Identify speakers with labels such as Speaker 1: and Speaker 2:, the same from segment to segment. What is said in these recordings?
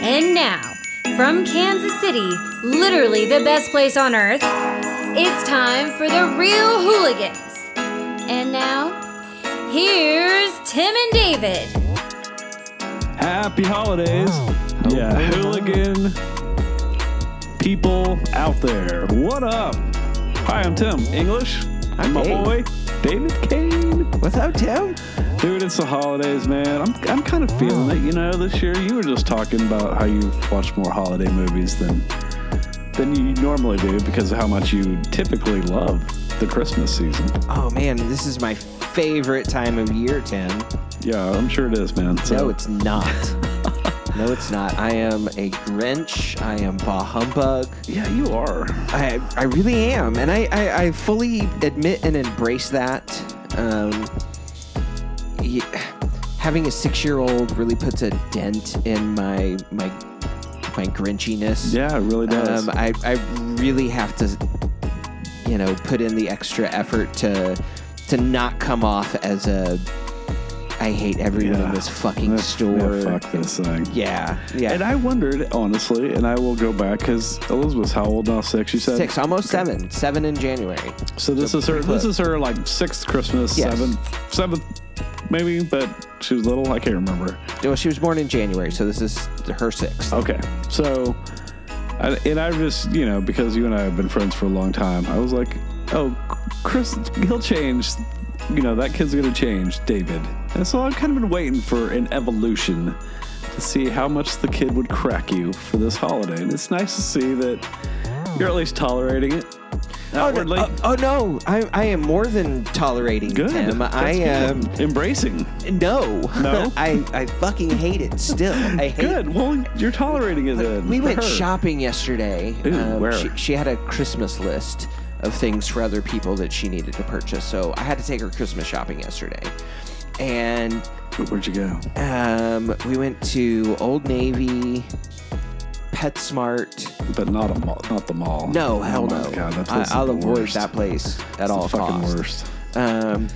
Speaker 1: And now, from Kansas City, literally the best place on earth, it's time for the real hooligans. And now, here's Tim and David.
Speaker 2: Happy holidays. Yeah, hooligan people out there. What up? Hi, I'm Tim English. I'm my
Speaker 3: Hey.
Speaker 2: boy, David Kane.
Speaker 3: What's up, Tim?
Speaker 2: Dude, it's the holidays, man. I'm, I'm kind of feeling it, you know, this year. You were just talking about how you've watched more holiday movies than than you normally do because of how much you typically love the Christmas season.
Speaker 3: Oh man, this is my favorite time of year, Tim.
Speaker 2: Yeah, I'm sure it is, man. So
Speaker 3: No, it's not. no, it's not. I am a Grinch. I am bah humbug.
Speaker 2: yeah, you are.
Speaker 3: I, I really am, and I, I, I fully admit and embrace that. Um, y- having a six-year-old really puts a dent in my my my Grinchiness.
Speaker 2: Yeah, it really does.
Speaker 3: Um, I, I really have to, you know, put in the extra effort to to not come off as a I hate everyone in this fucking
Speaker 2: Yeah,
Speaker 3: store.
Speaker 2: fuck this thing.
Speaker 3: Yeah, yeah.
Speaker 2: And I wondered, honestly, and I will go back because Elizabeth's how old now? Six, she said.
Speaker 3: Six, almost seven, seven in January.
Speaker 2: So this
Speaker 3: So
Speaker 2: is her.
Speaker 3: pretty
Speaker 2: This is her like sixth Christmas,
Speaker 3: Yes.
Speaker 2: seventh, seventh, maybe. But she was little. I can't remember.
Speaker 3: Well, she was born in January, so this is her sixth.
Speaker 2: Okay. So, I, and I just you know because you and I have been friends for a long time, I was like, oh, Chris, he'll change. You know that kid's gonna change, David. And so I've kind of been waiting for an evolution to see how much the kid would crack you for this holiday, and it's nice to see that you're at least tolerating it outwardly.
Speaker 3: Oh, oh, no, I, I am more than tolerating
Speaker 2: Good.
Speaker 3: them.
Speaker 2: That's
Speaker 3: I um,
Speaker 2: good.
Speaker 3: am
Speaker 2: embracing.
Speaker 3: no,
Speaker 2: No?
Speaker 3: I I fucking hate it still. I hate
Speaker 2: Good. Well, you're tolerating it then.
Speaker 3: We
Speaker 2: for
Speaker 3: went
Speaker 2: her.
Speaker 3: shopping yesterday. Um,
Speaker 2: Ooh, where?
Speaker 3: She, she had a Christmas list of things for other people that she needed to purchase. So I had to take her Christmas shopping yesterday. And
Speaker 2: Where'd you go?
Speaker 3: um, we went to Old Navy, PetSmart.
Speaker 2: But not a mall. Not the mall.
Speaker 3: No, hell
Speaker 2: oh my
Speaker 3: no.
Speaker 2: God, that
Speaker 3: I,
Speaker 2: place is
Speaker 3: I'll
Speaker 2: the
Speaker 3: avoid
Speaker 2: worst.
Speaker 3: that place at
Speaker 2: It's
Speaker 3: all
Speaker 2: the fucking
Speaker 3: costs.
Speaker 2: worst.
Speaker 3: Um,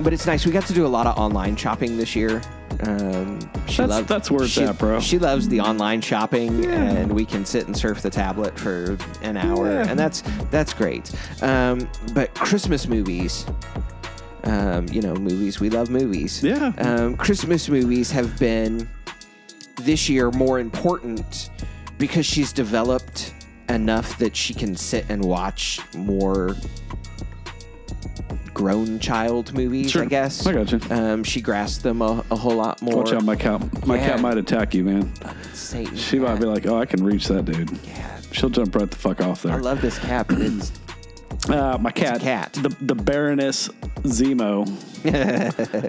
Speaker 3: but it's nice. We got to do a lot of online shopping this year. Um, she
Speaker 2: That's-
Speaker 3: loved-
Speaker 2: that's where it's
Speaker 3: she,
Speaker 2: at, bro.
Speaker 3: She loves the online shopping,
Speaker 2: Yeah.
Speaker 3: and we can sit and surf the tablet for an hour,
Speaker 2: Yeah.
Speaker 3: and that's that's great. Um, but Christmas movies, um, you know, movies. We love movies.
Speaker 2: Yeah.
Speaker 3: Um, Christmas movies have been this year more important because she's developed enough that she can sit and watch more grown child movies,
Speaker 2: Sure.
Speaker 3: I guess.
Speaker 2: I gotcha.
Speaker 3: Um, she grasped them a, a whole lot more.
Speaker 2: Watch out, my cat. My
Speaker 3: Yeah.
Speaker 2: cat might attack you, man.
Speaker 3: Satan.
Speaker 2: She might be like, "Oh, I can reach that dude."
Speaker 3: Yeah.
Speaker 2: She'll jump right the fuck off there.
Speaker 3: I love this cat, but it's
Speaker 2: uh, my cat.
Speaker 3: cat.
Speaker 2: The the Baroness Zemo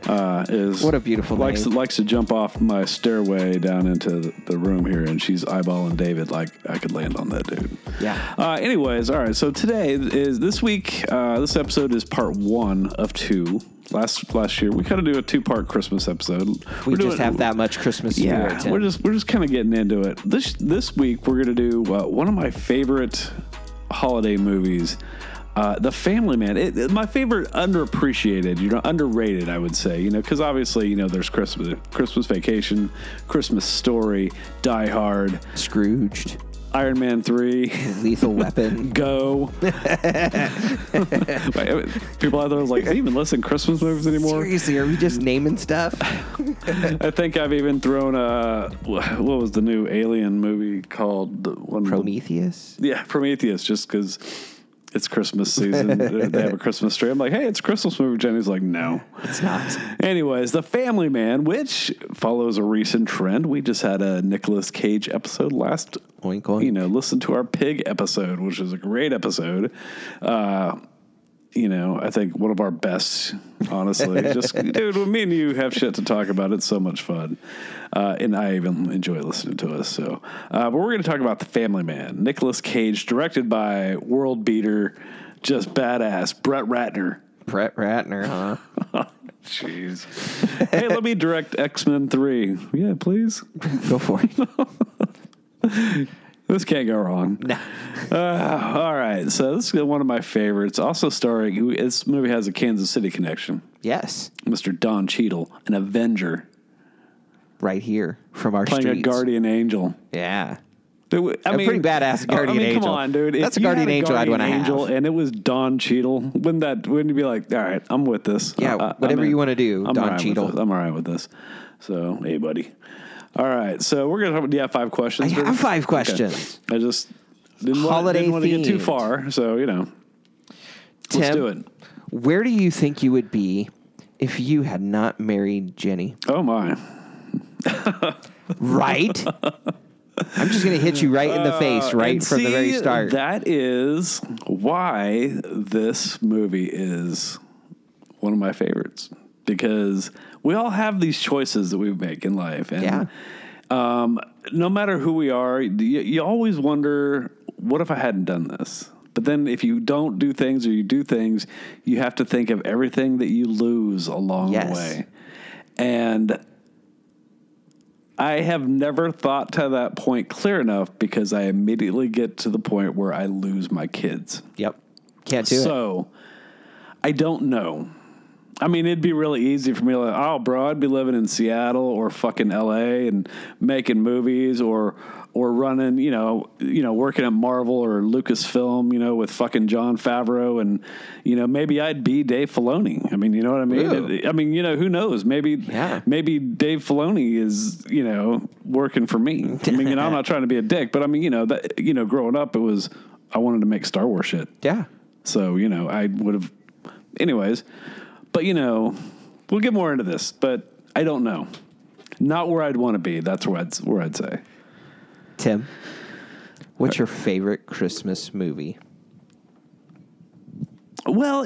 Speaker 2: uh, is
Speaker 3: What a beautiful
Speaker 2: likes
Speaker 3: name.
Speaker 2: To, likes to jump off my stairway down into the, the room here, and she's eyeballing David like I could land on that dude.
Speaker 3: yeah.
Speaker 2: Uh, anyways, all right. So today is this week. Uh, this episode is part one of two. Last last year, we kind of do a two part Christmas episode.
Speaker 3: We just have that much Christmas
Speaker 2: Yeah,
Speaker 3: spirit. Tim.
Speaker 2: we're just we're just kind of getting into it. This this week we're gonna do uh, one of my favorite holiday movies, uh, The Family Man. It, it- my favorite underappreciated, you know, underrated, I would say. You know, because obviously you know there's Christmas, Christmas Vacation, Christmas Story, Die Hard,
Speaker 3: Scrooged,
Speaker 2: Iron Man Three.
Speaker 3: Lethal Weapon.
Speaker 2: Go. Wait, People out there was like, do you even listen to Christmas movies anymore?
Speaker 3: Seriously, are we just naming stuff?
Speaker 2: I think I've even thrown uh, wh- what was the new Alien movie called? The one
Speaker 3: Prometheus.
Speaker 2: yeah, Prometheus. Just because it's Christmas season, they have a Christmas tree. I'm like, hey, it's a Christmas movie. Jenny's like, no.
Speaker 3: It's not.
Speaker 2: Anyways, The Family Man, which follows a recent trend. We just had a Nicolas Cage episode last
Speaker 3: Oink, oink.
Speaker 2: you know, listen to our pig episode, which is a great episode. Uh, you know, I think one of our best, honestly. Just dude, when me and you have shit to talk about, it's so much fun, uh, and I even enjoy listening to us. So, uh, but we're going to talk about the Family Man, Nicolas Cage, directed by world beater, just badass Brett Ratner.
Speaker 3: Brett Ratner, huh?
Speaker 2: Jeez. hey, let me direct X Men Three. Yeah, please.
Speaker 3: Go for it.
Speaker 2: This can't go wrong.
Speaker 3: No.
Speaker 2: Uh, all right, so this is one of my favorites. Also starring, this movie has a Kansas City connection.
Speaker 3: Yes.
Speaker 2: Mr. Don Cheadle, an Avenger.
Speaker 3: right here from our
Speaker 2: playing
Speaker 3: streets.
Speaker 2: a guardian angel.
Speaker 3: Yeah.
Speaker 2: It w- I
Speaker 3: A
Speaker 2: mean, oh,
Speaker 3: pretty badass
Speaker 2: I mean,
Speaker 3: guardian angel.
Speaker 2: Come on, dude. If
Speaker 3: That's a
Speaker 2: you had
Speaker 3: guardian angel I'd
Speaker 2: guardian
Speaker 3: wanna have.
Speaker 2: angel And it was Don Cheadle. Wouldn't that? Wouldn't you be like, all right, I'm with this.
Speaker 3: Yeah,
Speaker 2: I- I-
Speaker 3: whatever
Speaker 2: I'm in.
Speaker 3: you wanna do,
Speaker 2: I'm
Speaker 3: Don
Speaker 2: all right with
Speaker 3: Cheadle.
Speaker 2: this. I'm all right with this. So, hey, buddy. All right, so we're gonna. have- Do you have five questions?
Speaker 3: I
Speaker 2: for
Speaker 3: have
Speaker 2: this?
Speaker 3: five
Speaker 2: Okay.
Speaker 3: questions.
Speaker 2: I just didn't want,
Speaker 3: Holiday
Speaker 2: didn't want to get too
Speaker 3: themed.
Speaker 2: far. So you know,
Speaker 3: Tim,
Speaker 2: let's do it.
Speaker 3: Where do you think you would be if you had not married Jenny?
Speaker 2: Oh my.
Speaker 3: Right? I'm just going to hit you right in the face right
Speaker 2: Uh, And
Speaker 3: from the very
Speaker 2: see,
Speaker 3: start.
Speaker 2: That is why this movie is one of my favorites because we all have these choices that we make in life, and
Speaker 3: Yeah.
Speaker 2: um, no matter who we are, you, you always wonder, what if I hadn't done this? But then, if you don't do things or you do things, you have to think of everything that you lose along the
Speaker 3: Yes.
Speaker 2: way, and I have never thought to that point clear enough because I immediately get to the point where I lose my kids.
Speaker 3: yep. Can't do it.
Speaker 2: so I don't know. I mean, it'd be really easy for me to, like, oh, bro, I'd be living in Seattle or fucking LA and making movies or or running, you know, you know, working at Marvel or Lucasfilm, you know, with fucking John Favreau and you know, maybe I'd be Dave Filoni. I mean, you know what I mean?
Speaker 3: Ooh.
Speaker 2: I mean, you know, who knows? Maybe
Speaker 3: Yeah.
Speaker 2: maybe Dave Filoni is, you know, working for me. I mean, you know, I'm not trying to be a dick, but I mean, you know, that you know, growing up it was I wanted to make Star Wars shit.
Speaker 3: Yeah.
Speaker 2: So, you know, I would have, anyways, but you know, we'll get more into this, but I don't know. Not where I'd want to be. That's where I'd, where I'd say.
Speaker 3: Tim,
Speaker 2: Uh,
Speaker 3: what's your favorite Christmas movie?
Speaker 2: Well,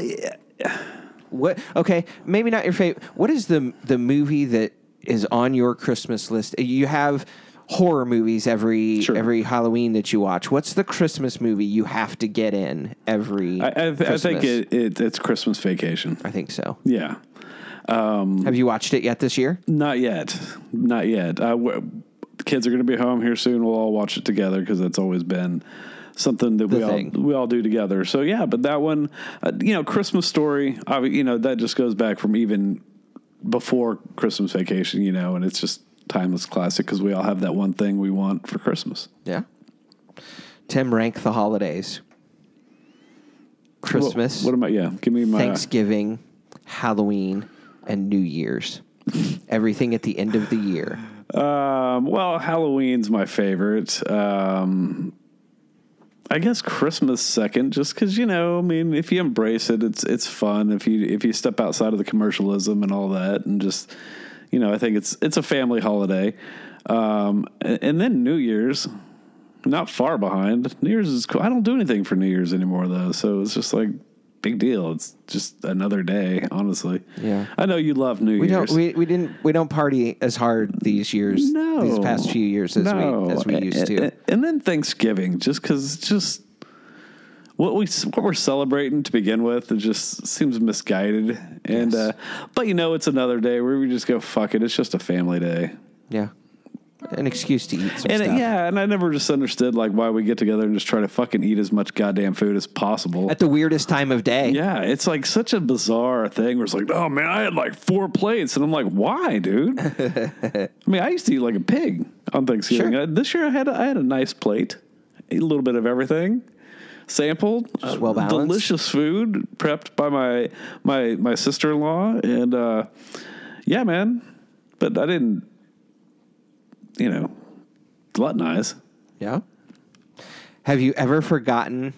Speaker 3: What? Okay, maybe not your favorite. What is the the movie that is on your Christmas list? Uh, You have horror movies every
Speaker 2: Sure.
Speaker 3: every Halloween that you watch. What's the Christmas movie you have to get in every?
Speaker 2: I, I, th- I think
Speaker 3: Christmas?
Speaker 2: it, it, it's Christmas vacation.
Speaker 3: I think so.
Speaker 2: Yeah.
Speaker 3: Have you watched it yet this year?
Speaker 2: Not yet. Not yet. I, w- the kids are going to be home here soon. We'll all watch it together because that's always been something that we
Speaker 3: thing.
Speaker 2: all we all do together. So yeah, but that one, uh, you know, Christmas story. obvi- You know, that just goes back from even before Christmas vacation. You know, and it's just timeless classic because we all have that one thing we want for Christmas.
Speaker 3: Yeah. Tim, rank the holidays: Christmas,
Speaker 2: What, what am I? Yeah, give me my.
Speaker 3: Thanksgiving, Halloween, and New Year's. Everything at the end of the year.
Speaker 2: Um, well, Halloween's my favorite. Um, I guess Christmas second, just because you know, I mean, if you embrace it, it's it's fun. If you if you step outside of the commercialism and all that, and just you know, I think it's it's a family holiday. Um, and, and then New Year's, not far behind. New Year's is cool. I don't do anything for New Year's anymore though, so it's just like big deal. It's just another day, honestly.
Speaker 3: Yeah.
Speaker 2: I know you love New
Speaker 3: We
Speaker 2: Year's.
Speaker 3: don't we, we didn't we don't party as hard these years
Speaker 2: No, Eh,
Speaker 3: these past few years as we as we used to.
Speaker 2: And, and then Thanksgiving, just because just what we what we're celebrating to begin with, it just seems misguided. And
Speaker 3: Yes.
Speaker 2: uh, but you know, it's another day where we just go fuck it. It's just a family day.
Speaker 3: yeah. An excuse to eat some
Speaker 2: And uh,
Speaker 3: stuff.
Speaker 2: yeah, and I never just understood like why we get together and just try to fucking eat as much goddamn food as possible.
Speaker 3: At the weirdest time of day.
Speaker 2: Yeah, it's like such a bizarre thing where it's like, oh man, I had like four plates. And I'm like, why, dude? I mean, I used to eat like a pig on Thanksgiving.
Speaker 3: Sure.
Speaker 2: Uh, this year I had, a, I had a nice plate, ate a little bit of everything, sampled,
Speaker 3: Just
Speaker 2: uh,
Speaker 3: well-balanced.
Speaker 2: delicious food prepped by my, my, my sister in law. And uh, yeah, man, but I didn't, you know, gluttonize.
Speaker 3: Yeah. Have you ever forgotten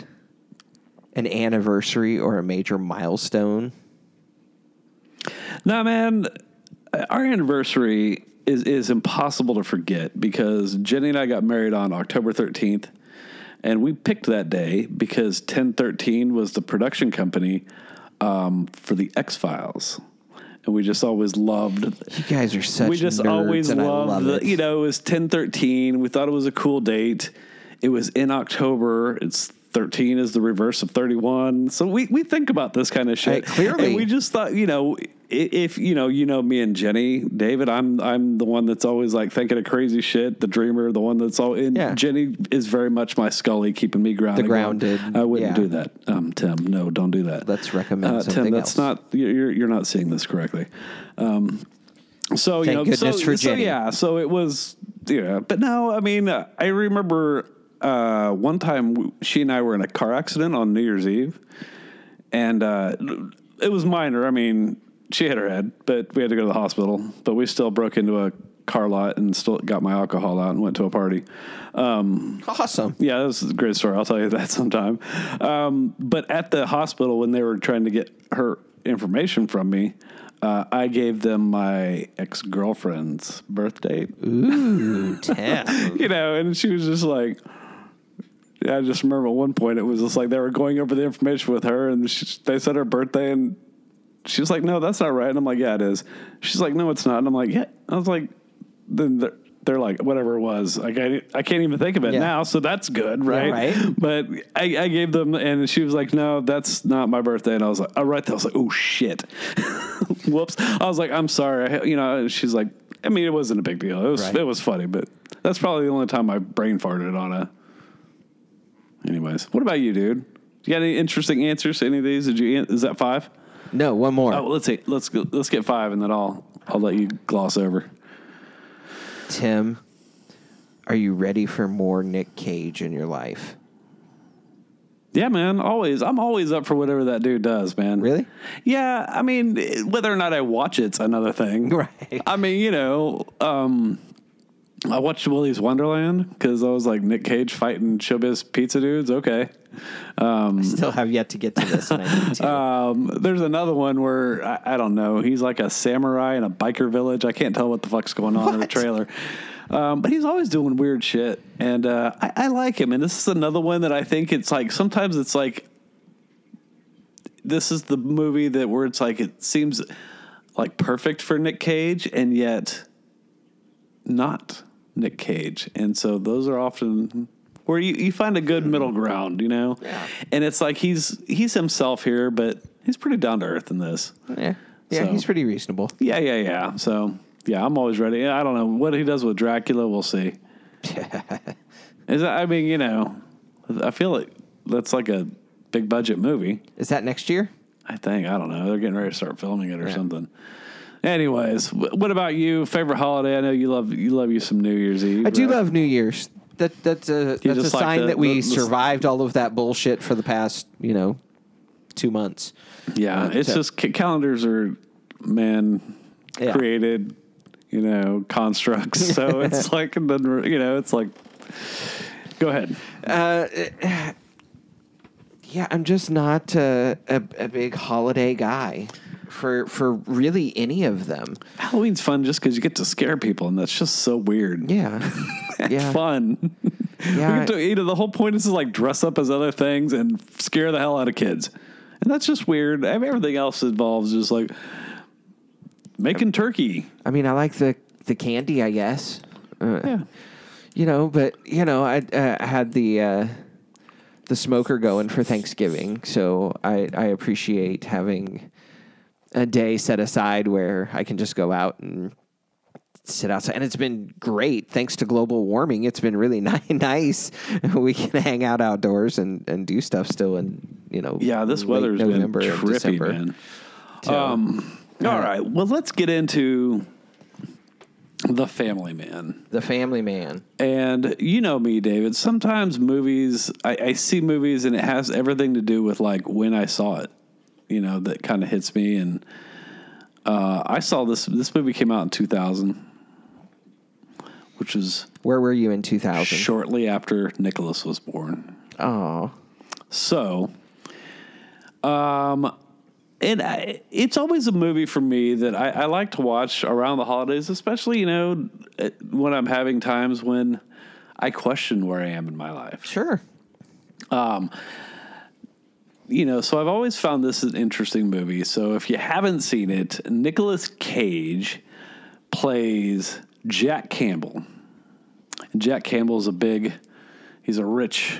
Speaker 3: an anniversary or a major milestone?
Speaker 2: Nah, man, our anniversary is is impossible to forget because Jenny and I got married on October thirteenth, and we picked that day because ten thirteen was the production company um, for the X Files, and we just always loved
Speaker 3: You guys are such
Speaker 2: we just
Speaker 3: nerds
Speaker 2: always
Speaker 3: and I
Speaker 2: loved
Speaker 3: love
Speaker 2: the,
Speaker 3: it.
Speaker 2: you know it was 1013 we thought it was a cool date it was in october it's 13 is the reverse of 31 so we, we think about this kind of shit
Speaker 3: Hey, clearly.
Speaker 2: and we just thought you know i- if you know you know me and jenny david i'm i'm the one that's always like thinking of crazy shit the dreamer the one that's all in
Speaker 3: Yeah.
Speaker 2: jenny is very much my scully keeping me grounded going,
Speaker 3: grounded,
Speaker 2: i wouldn't
Speaker 3: yeah.
Speaker 2: do that um tim no don't do that
Speaker 3: Let's recommend
Speaker 2: uh,
Speaker 3: something
Speaker 2: tim that's
Speaker 3: else.
Speaker 2: not you're you're- you're not seeing this correctly So you
Speaker 3: Thank
Speaker 2: know,
Speaker 3: goodness
Speaker 2: so,
Speaker 3: for
Speaker 2: so,
Speaker 3: Jenny.
Speaker 2: yeah, so it was yeah, but no, I mean, uh, I remember uh, one time w- she and I were in a car accident on New Year's Eve, and uh, it was minor. I mean, she hit her head, but we had to go to the hospital. But we still broke into a car lot and still got my alcohol out and went to a party.
Speaker 3: Awesome.
Speaker 2: Yeah, that was a great story. I'll tell you that sometime. Um, but at the hospital, when they were trying to get her information from me, uh, I gave them my ex girlfriend's birth date.
Speaker 3: Yeah.
Speaker 2: You know, and she was just like, I just remember at one point it was just like they were going over the information with her, and she, they said her birthday, and she was like, "No, that's not right." And I'm like, "Yeah, it is." She's like, "No, it's not." And I'm like, "Yeah." I was like, "Then they're, they're like whatever it was. Like I, I can't even think of it
Speaker 3: Yeah.
Speaker 2: now, so that's good, right?"
Speaker 3: right.
Speaker 2: But I, I gave them, and she was like, "No, that's not my birthday." And I was like, "All right." I was like, "Oh shit, whoops!" I was like, "I'm sorry," I, you know. and She's like, "I mean, it wasn't a big deal. It was
Speaker 3: Right.
Speaker 2: it was funny, but that's probably the only time I brain farted on a." Anyways, what about you, dude? You got any interesting answers to any of these? Did you? an- Is that five?
Speaker 3: No, one more.
Speaker 2: Oh, let's see. Let's go, let's get five, and then I'll I'll let you gloss over.
Speaker 3: Tim, are you ready for more Nick Cage in your life?
Speaker 2: Yeah, man. Always, I'm always up for whatever that dude does, man.
Speaker 3: Really?
Speaker 2: Yeah. I mean, eh, whether or not I watch it's another thing.
Speaker 3: Right.
Speaker 2: I mean, you know, um, I watched Willy's Wonderland because I was like Nick Cage fighting showbiz pizza dudes. Okay.
Speaker 3: Still have yet to get to this. And I need to.
Speaker 2: Um, there's another one where I, I don't know. He's like a samurai in a biker village. I can't tell what the fuck's going on in the
Speaker 3: What?
Speaker 2: trailer. Um, but he's always doing weird shit, and uh, I, I like him. And this is another one that I think it's like sometimes it's like this is the movie that where it's like it seems like perfect for Nick Cage, and yet not Nick Cage. And so those are often where you, you find a good middle ground, you know?
Speaker 3: Hmm. Yeah.
Speaker 2: And it's like he's he's himself here, but he's pretty down to earth in this.
Speaker 3: yeah, yeah
Speaker 2: so-
Speaker 3: he's pretty reasonable.
Speaker 2: Yeah, yeah, yeah. So yeah, I'm always ready. I don't know what he does with Dracula, we'll see. Is that, I mean, you know, I feel like that's like a big budget movie.
Speaker 3: Is that next year?
Speaker 2: I think I don't know. They're getting ready to start filming it or something. Anyways, wh- what about you? Favorite holiday? I know you love you love you some New Year's Eve.
Speaker 3: I do
Speaker 2: right?
Speaker 3: love New Year's. That that's a that's a
Speaker 2: just like
Speaker 3: sign
Speaker 2: the-
Speaker 3: that we
Speaker 2: the- the-
Speaker 3: survived all of that bullshit for the past you know two months.
Speaker 2: Yeah,
Speaker 3: Uh,
Speaker 2: it's
Speaker 3: so-
Speaker 2: just ca- calendars are man
Speaker 3: Yeah.
Speaker 2: created, you know, constructs. So it's like and then you know, it's like go ahead.
Speaker 3: Yeah, I'm just not uh, a a big holiday guy for for really any of them.
Speaker 2: Halloween's fun just because you get to scare people, and that's just so weird.
Speaker 3: Yeah, yeah,
Speaker 2: Fun. we
Speaker 3: yeah.
Speaker 2: get to, you know, the whole point is to like dress up as other things and scare the hell out of kids. And that's just weird. I mean, everything else involves just like making turkey.
Speaker 3: I mean, I like the the candy, I guess. Uh,
Speaker 2: Yeah.
Speaker 3: you know but you know i uh, I had the uh, the smoker going for thanksgiving so i i appreciate having a day set aside where i can just go out and sit outside and it's been great thanks to global warming it's been really ni- nice we can hang out outdoors and and do stuff still in you know
Speaker 2: Yeah, this
Speaker 3: late
Speaker 2: weather's
Speaker 3: November
Speaker 2: been
Speaker 3: and
Speaker 2: trippy,
Speaker 3: December.
Speaker 2: man. Um,
Speaker 3: So,
Speaker 2: All right. Well, let's get into the family man.
Speaker 3: the family man
Speaker 2: And you know me, David. Sometimes movies, I, I see movies and it has everything to do with like when I saw it, you know, that kind of hits me. And uh, I saw this, this movie came out in 2000, which is
Speaker 3: where were you in 2000
Speaker 2: shortly after Nicholas was born.
Speaker 3: oh
Speaker 2: So, um, and I, it's always a movie for me that I, I like to watch around the holidays, especially you know eh, when I'm having times when I question where I am in my life.
Speaker 3: sure
Speaker 2: You know, so I've always found this an interesting movie. So if you haven't seen it, Nicolas Cage plays Jack Campbell. Jack Campbell's a big, he's a rich.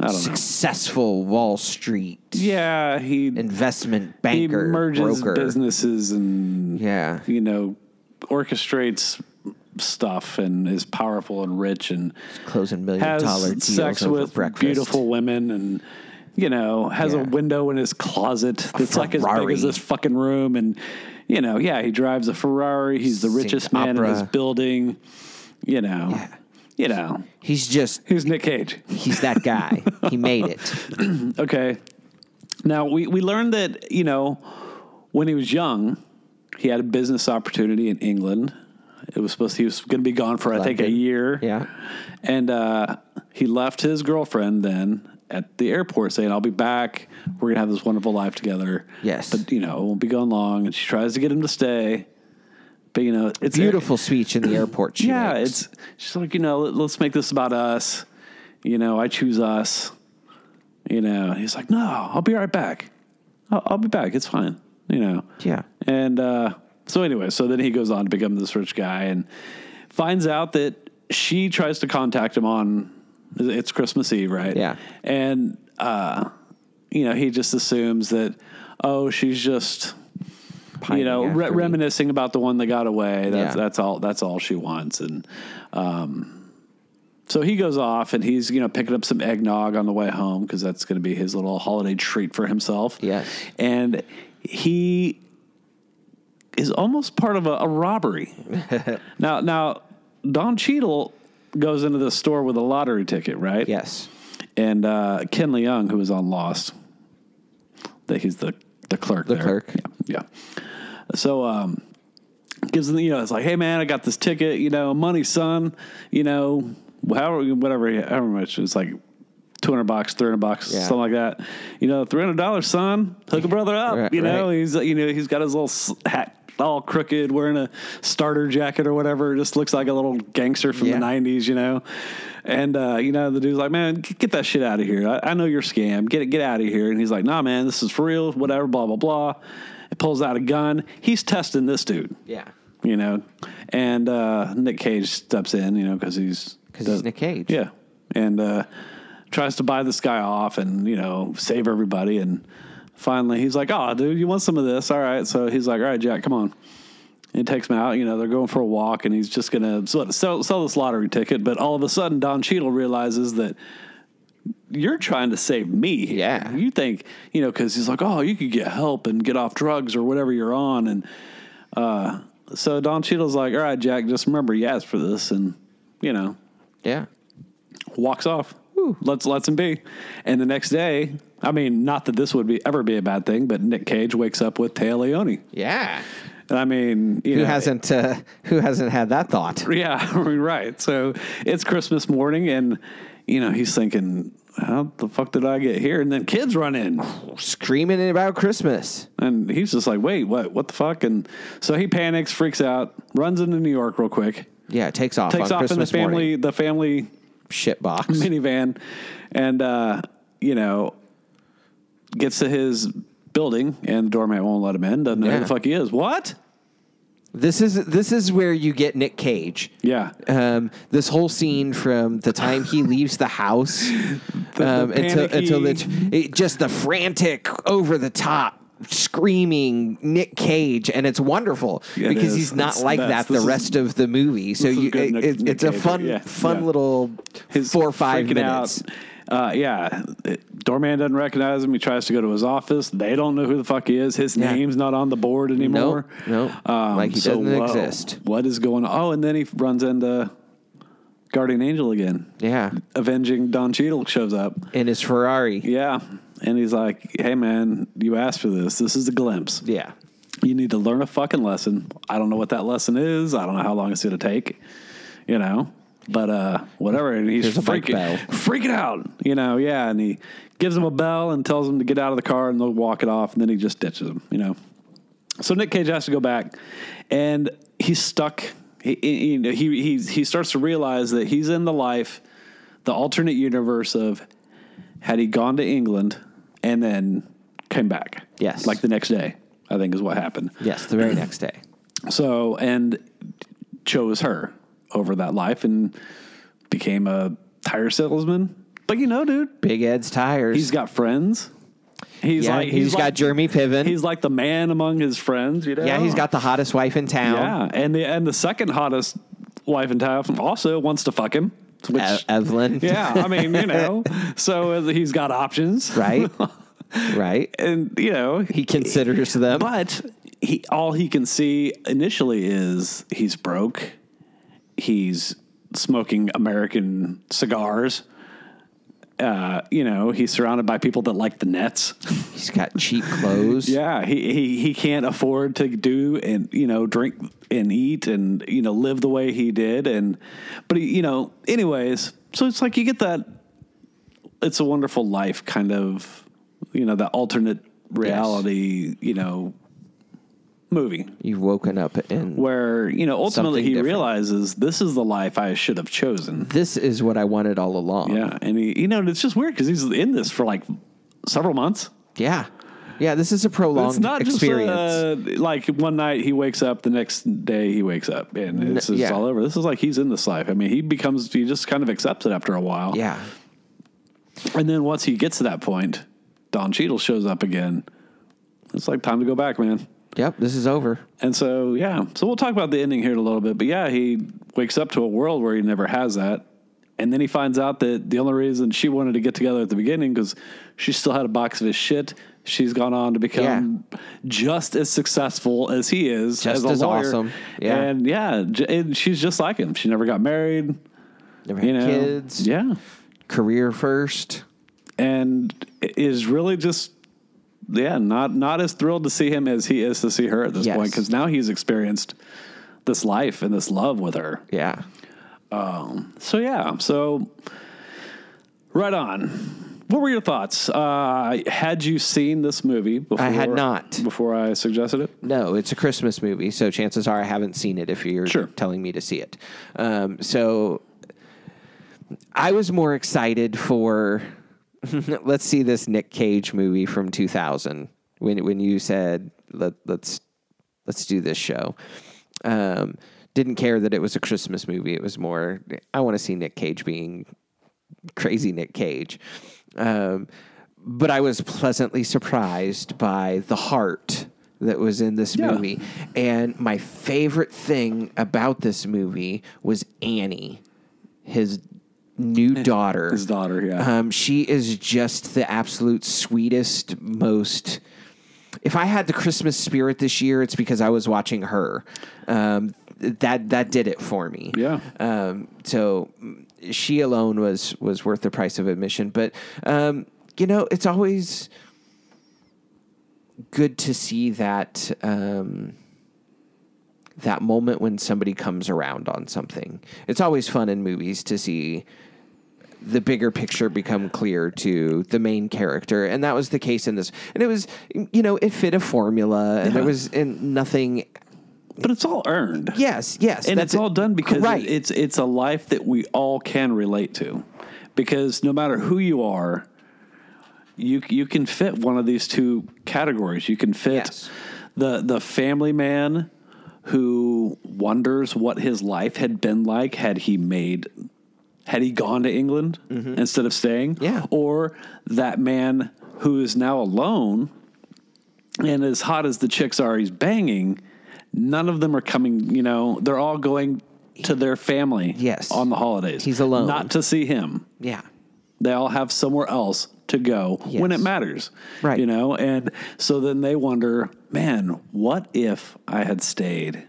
Speaker 2: I don't know.
Speaker 3: successful Wall Street
Speaker 2: Yeah, he
Speaker 3: investment
Speaker 2: he
Speaker 3: banker,
Speaker 2: merges
Speaker 3: broker.
Speaker 2: businesses and
Speaker 3: Yeah,
Speaker 2: you know orchestrates stuff and is powerful and rich and
Speaker 3: closing million
Speaker 2: has
Speaker 3: dollar deals
Speaker 2: sex
Speaker 3: over
Speaker 2: with
Speaker 3: breakfast.
Speaker 2: beautiful women and you know has
Speaker 3: Yeah.
Speaker 2: a window in his closet that's like as big
Speaker 3: Ferrari.
Speaker 2: as this fucking room and you know, yeah, he drives a Ferrari. He's the
Speaker 3: Sings
Speaker 2: richest man in this
Speaker 3: opera.
Speaker 2: building. You know,
Speaker 3: Yeah.
Speaker 2: you know,
Speaker 3: He's just
Speaker 2: he's Nick Cage.
Speaker 3: he's that guy. he made it.
Speaker 2: Okay. Now we, we learned that, you know, when he was young, he had a business opportunity in England. It was supposed he was going to be gone for I think a
Speaker 3: London.
Speaker 2: year.
Speaker 3: Yeah.
Speaker 2: And uh, he left his girlfriend then at the airport saying, I'll be back. We're going to have this wonderful life together.
Speaker 3: Yes.
Speaker 2: But, you know, it won't be gone long. And she tries to get him to stay. But, you know, it's
Speaker 3: Beautiful speech in the airport. She
Speaker 2: yeah,
Speaker 3: makes.
Speaker 2: it's she's like, you know, let, let's make this about us. You know, I choose us. You know, and he's like, no, I'll be right back. I'll, I'll be back. It's fine. You know.
Speaker 3: Yeah.
Speaker 2: And uh, so anyway, so then he goes on to become this rich guy and finds out that she tries to contact him on it's Christmas Eve, right?
Speaker 3: Yeah.
Speaker 2: And uh, you know, he just assumes that oh, she's just you
Speaker 3: pining
Speaker 2: know,
Speaker 3: after
Speaker 2: re-
Speaker 3: me.
Speaker 2: reminiscing about the one that got away. That's
Speaker 3: Yeah.
Speaker 2: that's all. That's all she wants. And um, so he goes off, and he's you know picking up some eggnog on the way home because that's going to be his little holiday treat for himself.
Speaker 3: Yes.
Speaker 2: and he is almost part of a, a robbery. now, now Don Cheadle goes into the store with a lottery ticket, right?
Speaker 3: Yes.
Speaker 2: and uh, Ken Leung, who was on Lost. That he's the the clerk. The there.
Speaker 3: clerk.
Speaker 2: Yeah. yeah. So um, gives him, you know, it's like, hey man, I got this ticket, you know, money, son, you know, however, whatever, however much it's like. 200 bucks, 300 bucks,
Speaker 3: Yeah.
Speaker 2: something like that. You know, $300, son, hook a brother up.
Speaker 3: Right,
Speaker 2: you know,
Speaker 3: right.
Speaker 2: he's, you know, he's got his little s- hat all crooked, wearing a starter jacket or whatever. Just looks like a little gangster from
Speaker 3: Yeah.
Speaker 2: the 90s, you know? And, uh, you know, the dude's like, man, g- get that shit out of here. I, I know you're scammed. Get it, get out of here. And he's like, nah, man, this is for real, whatever, blah, blah, blah. It pulls out a gun. He's testing this dude,
Speaker 3: Yeah.
Speaker 2: you know? And uh, Nick Cage steps in, you know, because he's.
Speaker 3: 'Cause he's Nick Cage.
Speaker 2: Yeah. And uh, tries to buy this guy off and, you know, save everybody. And finally he's like, oh, dude, you want some of this? All right. So he's like, all right, Jack, come on. It takes him out. You know, they're going for a walk, and he's just going to sell, sell this lottery ticket. But all of a sudden, Don Cheadle realizes that you're trying to save me. here.
Speaker 3: Yeah.
Speaker 2: You think, you know, because he's like, oh, you could get help and get off drugs or whatever you're on. And uh, so Don Cheadle's like, all right, Jack, just remember you asked for this. And, you know,
Speaker 3: Yeah.
Speaker 2: walks off. Let's let's him be. And the next day, I mean, not that this would be ever be a bad thing, but Nick Cage wakes up with Taya Leone.
Speaker 3: Yeah.
Speaker 2: And I mean, you
Speaker 3: Who
Speaker 2: know,
Speaker 3: hasn't uh, who hasn't had that thought?
Speaker 2: Yeah, right. So it's Christmas morning, and you know he's thinking, "How the fuck did I get here?" And then kids run in,
Speaker 3: Screaming about Christmas.
Speaker 2: and he's just like, "Wait, what? What the fuck?" And so he panics, freaks out, runs into New York real quick,
Speaker 3: Yeah, it takes off
Speaker 2: takes
Speaker 3: on
Speaker 2: off
Speaker 3: Christmas
Speaker 2: in the family,
Speaker 3: morning.
Speaker 2: the family
Speaker 3: Shit box.
Speaker 2: minivan and uh, you know gets to his building and the doorman won't let him in doesn't know who
Speaker 3: Yeah.
Speaker 2: the fuck he is what
Speaker 3: This is this is where you get Nick Cage.
Speaker 2: yeah
Speaker 3: Um, this whole scene from the time he leaves the house um, until
Speaker 2: panicky-
Speaker 3: until the, it, just the frantic, over the top, screaming Nick Cage, and it's wonderful
Speaker 2: It
Speaker 3: because
Speaker 2: is.
Speaker 3: he's not
Speaker 2: It's the
Speaker 3: like
Speaker 2: best.
Speaker 3: that the
Speaker 2: This is-
Speaker 3: rest of the movie. So
Speaker 2: this is
Speaker 3: you,
Speaker 2: good
Speaker 3: it,
Speaker 2: Nick-
Speaker 3: it's-
Speaker 2: Nick
Speaker 3: it's a
Speaker 2: Cage,
Speaker 3: fun
Speaker 2: yeah,
Speaker 3: fun
Speaker 2: yeah.
Speaker 3: little four or five
Speaker 2: freaking
Speaker 3: minutes.
Speaker 2: out. Uh, yeah, It- doorman doesn't recognize him. He tries to go to his office. They don't know who the fuck he is. His
Speaker 3: Yeah.
Speaker 2: name's not on the board anymore. Um,
Speaker 3: Nope, nope. Like he doesn't exist.
Speaker 2: What is going on? Oh, and then he runs into Guardian Angel again.
Speaker 3: Yeah,
Speaker 2: Avenging Don Cheadle shows up.
Speaker 3: in his Ferrari.
Speaker 2: Yeah. And he's like, hey, man, you asked for this. This is a glimpse.
Speaker 3: Yeah.
Speaker 2: You need to learn a fucking lesson. I don't know what that lesson is. I don't know how long it's going to take, you know, but uh, whatever. And he's
Speaker 3: Here's a bike
Speaker 2: freaking,
Speaker 3: bell.
Speaker 2: freaking out, you know, yeah. And he gives him a bell and tells him to get out of the car and they'll walk it off. And then he just ditches him, you know. So Nick Cage has to go back and he's stuck. He, he, you know, he, he, he starts to realize that he's in the life, the alternate universe of had he gone to England and then came back.
Speaker 3: Yes.
Speaker 2: Like the next day, I think is what happened.
Speaker 3: Yes, the very next day.
Speaker 2: So, and chose her over that life and became a tire salesman. But you know, dude,
Speaker 3: Big Ed's tires.
Speaker 2: he's got friends. He's
Speaker 3: yeah,
Speaker 2: like,
Speaker 3: he's
Speaker 2: like-
Speaker 3: got Jeremy Piven.
Speaker 2: He's like the man among his friends, you know?
Speaker 3: yeah, he's got the hottest wife in town,
Speaker 2: Oh. Yeah. And the, and the second hottest wife in town also wants to fuck him, which,
Speaker 3: E- Evelyn.
Speaker 2: yeah, I mean, you know, so uh, he's got options.
Speaker 3: right, right.
Speaker 2: And, you know,
Speaker 3: He considers them.
Speaker 2: But he all he can see initially is he's broke. He's smoking American cigars. Uh, you know, he's surrounded by people that like the Nets.
Speaker 3: He's got cheap clothes.
Speaker 2: Yeah, he, he he can't afford to do and you know drink and eat and you know live the way he did and but he, you know anyways so it's like you get that it's a wonderful life kind of you know that alternate reality you know movie
Speaker 3: You've woken up and
Speaker 2: where you know ultimately
Speaker 3: Something
Speaker 2: he
Speaker 3: different.
Speaker 2: realizes this is the life I should have chosen
Speaker 3: this is what I wanted all along.
Speaker 2: yeah and he you know and it's just weird because he's in this for like several months
Speaker 3: Yeah. Yeah, this is a prolonged
Speaker 2: it's not
Speaker 3: experience.
Speaker 2: just uh, like one night he wakes up, the next day he wakes up, and it's just
Speaker 3: yeah.
Speaker 2: all over. This is like he's in this life. I mean, he becomes he just kind of accepts it after a while.
Speaker 3: yeah.
Speaker 2: And then once he gets to that point, Don Cheadle shows up again. It's like time to go back, man.
Speaker 3: Yep, this is over.
Speaker 2: And so yeah, so we'll talk about the ending here in a little bit. But yeah, he wakes up to a world where he never has that. And then he finds out that the only reason she wanted to get together at the beginning because she still had a box of his shit. She's gone on to become just as successful as he is, as
Speaker 3: Just
Speaker 2: a
Speaker 3: as
Speaker 2: lawyer.
Speaker 3: awesome. Yeah.
Speaker 2: And yeah, j- and she's just like him. She never got married.
Speaker 3: Never had
Speaker 2: You know,
Speaker 3: kids.
Speaker 2: Yeah,
Speaker 3: Career first.
Speaker 2: and is really just yeah not not as thrilled to see him as he is to see her at this
Speaker 3: Yes.
Speaker 2: point because now he's experienced this life and this love with her
Speaker 3: Yeah.
Speaker 2: so yeah so right on what were your thoughts uh had you seen this movie before
Speaker 3: had not.
Speaker 2: before i suggested it
Speaker 3: No, it's a Christmas movie, so chances are I haven't seen it if you're
Speaker 2: Sure.
Speaker 3: telling me to see it. Um, so I was more excited for let's see this Nick Cage movie from 2000 when when you said Let, let's let's do this show. Um, didn't care that it was a Christmas movie. It was more I want to see Nick Cage being crazy Nick Cage. Um, but I was pleasantly surprised by the heart that was in this
Speaker 2: Yeah.
Speaker 3: movie. And my favorite thing about this movie was Annie, his new daughter.
Speaker 2: his daughter yeah
Speaker 3: Um, she is just the absolute sweetest, most. If I had the Christmas spirit this year, it's because I was watching her. Um, that that did it for me.
Speaker 2: Yeah.
Speaker 3: Um, so mm, she alone was was worth the price of admission. But um, you know, it's always good to see that um, that moment when somebody comes around on something. It's always fun in movies to see the bigger picture become clear to the main character and that was the case in this and it was you know it fit a formula and there
Speaker 2: Yeah.
Speaker 3: was and nothing
Speaker 2: but it's all earned
Speaker 3: yes yes
Speaker 2: and it's
Speaker 3: that's it.
Speaker 2: all done because
Speaker 3: right
Speaker 2: it- it's it's a life that we all can relate to because no matter who you are you you can fit one of these two categories you can fit
Speaker 3: Yes.
Speaker 2: the the family man who wonders what his life had been like had he made had he gone to England instead of staying
Speaker 3: Mm-hmm. Yeah.
Speaker 2: or that man who is now alone and as hot as the chicks are he's banging none of them are coming you know they're all going to their family
Speaker 3: Yes.
Speaker 2: on the holidays
Speaker 3: He's alone.
Speaker 2: not to see him
Speaker 3: yeah
Speaker 2: they all have somewhere else to go when it
Speaker 3: Yes.
Speaker 2: matters
Speaker 3: Right.
Speaker 2: you know and so then they wonder man what if i had stayed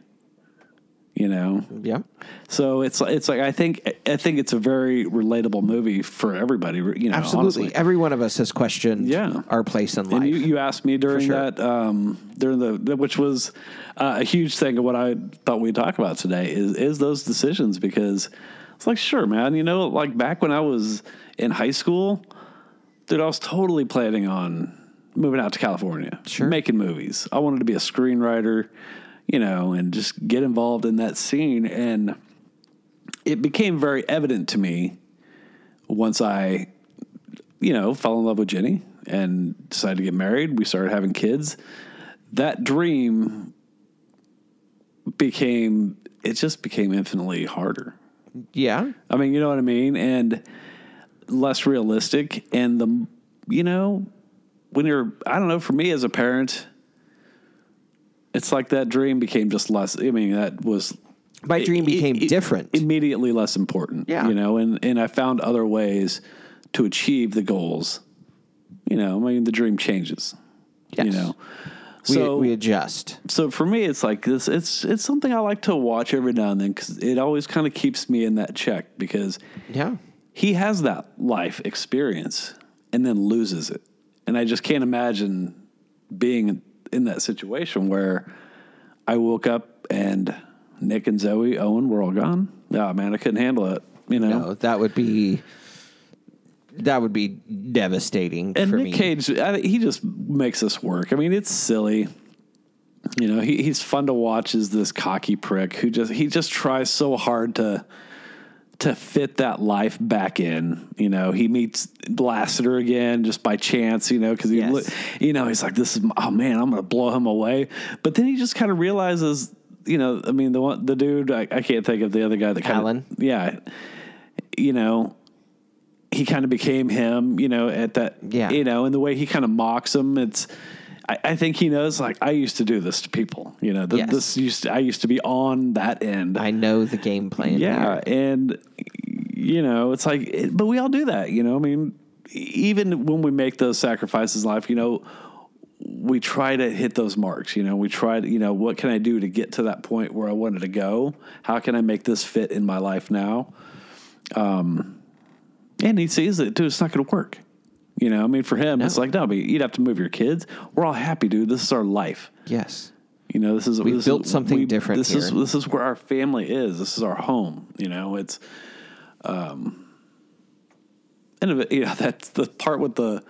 Speaker 2: you know
Speaker 3: yep
Speaker 2: so it's it's like i think i think it's a very relatable movie for everybody you know
Speaker 3: absolutely
Speaker 2: honestly.
Speaker 3: every one of us has questioned
Speaker 2: Yeah.
Speaker 3: our place in life
Speaker 2: And you, you asked me during
Speaker 3: sure.
Speaker 2: that um, during the the- which was uh, a huge thing of what I thought we'd talk about today is is those decisions because it's like sure man you know like back when I was in high school dude I was totally planning on moving out to California
Speaker 3: Sure.
Speaker 2: making movies I wanted to be a screenwriter you know and just get involved in that scene and it became very evident to me once I you know, fell in love with Jenny and decided to get married. We started having kids. That dream became, it just became infinitely harder.
Speaker 3: yeah
Speaker 2: I mean, you know what I mean? And less realistic. And the, you know, when you're, I don't know, for me as a parent, it's like that dream became just less. I mean, that was
Speaker 3: my dream
Speaker 2: it-
Speaker 3: became
Speaker 2: it-
Speaker 3: different
Speaker 2: immediately less important.
Speaker 3: Yeah.
Speaker 2: you know, and and I found other ways to achieve the goals. You know, I mean, the dream changes. You
Speaker 3: Yes.
Speaker 2: know,
Speaker 3: We,
Speaker 2: So-
Speaker 3: we adjust.
Speaker 2: so for me it's like this it's it's something i like to watch every now and then because it always kind of keeps me in that check because
Speaker 3: Yeah.
Speaker 2: he has that life experience and then loses it and i just can't imagine being in that situation where i woke up and nick and zoe owen were all gone oh man i couldn't handle it you know
Speaker 3: No, that would be that would be devastating
Speaker 2: And
Speaker 3: for
Speaker 2: Nick
Speaker 3: me.
Speaker 2: Cage, I, he just makes this work. I mean, it's silly. You know, he, he's fun to watch as this cocky prick who just he just tries so hard to to fit that life back in. You know, he meets Lassiter again just by chance. You know, because he,
Speaker 3: Yes.
Speaker 2: look, you know, he's like, "This is my- oh man, I'm gonna blow him away." But then he just kind of realizes, you know, I mean, the one the dude I, I can't think of the other guy that kind
Speaker 3: Alan?
Speaker 2: of yeah, you know, he kind of became him, you know, at that,
Speaker 3: Yeah.
Speaker 2: you know, and the way he kind of mocks him, it's, I, I think he knows, like, I used to do this to people, you know, th-
Speaker 3: Yes.
Speaker 2: this used to, I used to be on that end.
Speaker 3: I know the game plan. here.
Speaker 2: yeah. And, you know, it's like, it, but we all do that, you know, I mean, even when we make those sacrifices in life, you know, we try to hit those marks, you know, we try to, you know, what can I do to get to that point where I wanted to go? How can I make this fit in my life now? Um, And he sees it too. It's not going to work. You know, I mean, for him, it's like, no, but you'd have to move your kids. We're all happy, dude. This is our life.
Speaker 3: Yes.
Speaker 2: You know, this is we
Speaker 3: built something different
Speaker 2: This is
Speaker 3: here.
Speaker 2: this is where our family is. This is our home. You know, it's um, and of it- you know that's the part with the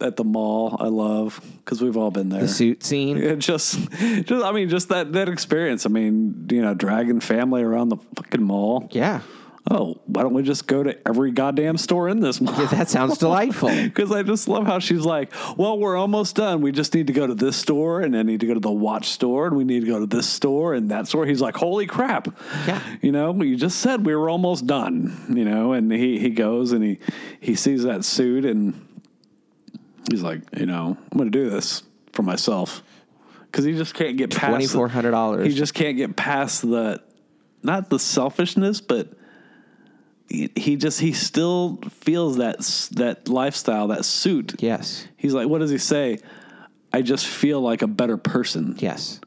Speaker 2: at the mall. I love because we've all been there.
Speaker 3: The suit scene.
Speaker 2: It just, just I mean, just that that experience. I mean, you know, dragging family around the fucking mall.
Speaker 3: Yeah.
Speaker 2: Oh, why don't we just go to every goddamn store in this mall?
Speaker 3: Yeah, that sounds delightful.
Speaker 2: Because I just love how she's like, well, we're almost done. We just need to go to this store, and I need to go to the watch store, and we need to go to this store and that store. He's like, holy crap!
Speaker 3: Yeah.
Speaker 2: you know, you just said we were almost done. You know, and he he goes and he he sees that suit, and he's like, you know, I'm going to do this for myself because he just can't get past the-
Speaker 3: $2,400.
Speaker 2: He just can't get past the not the selfishness, but he he just he still feels that s- that lifestyle, that suit.
Speaker 3: Yes.
Speaker 2: He's like, what does he say? I just feel like a better person,
Speaker 3: Yes.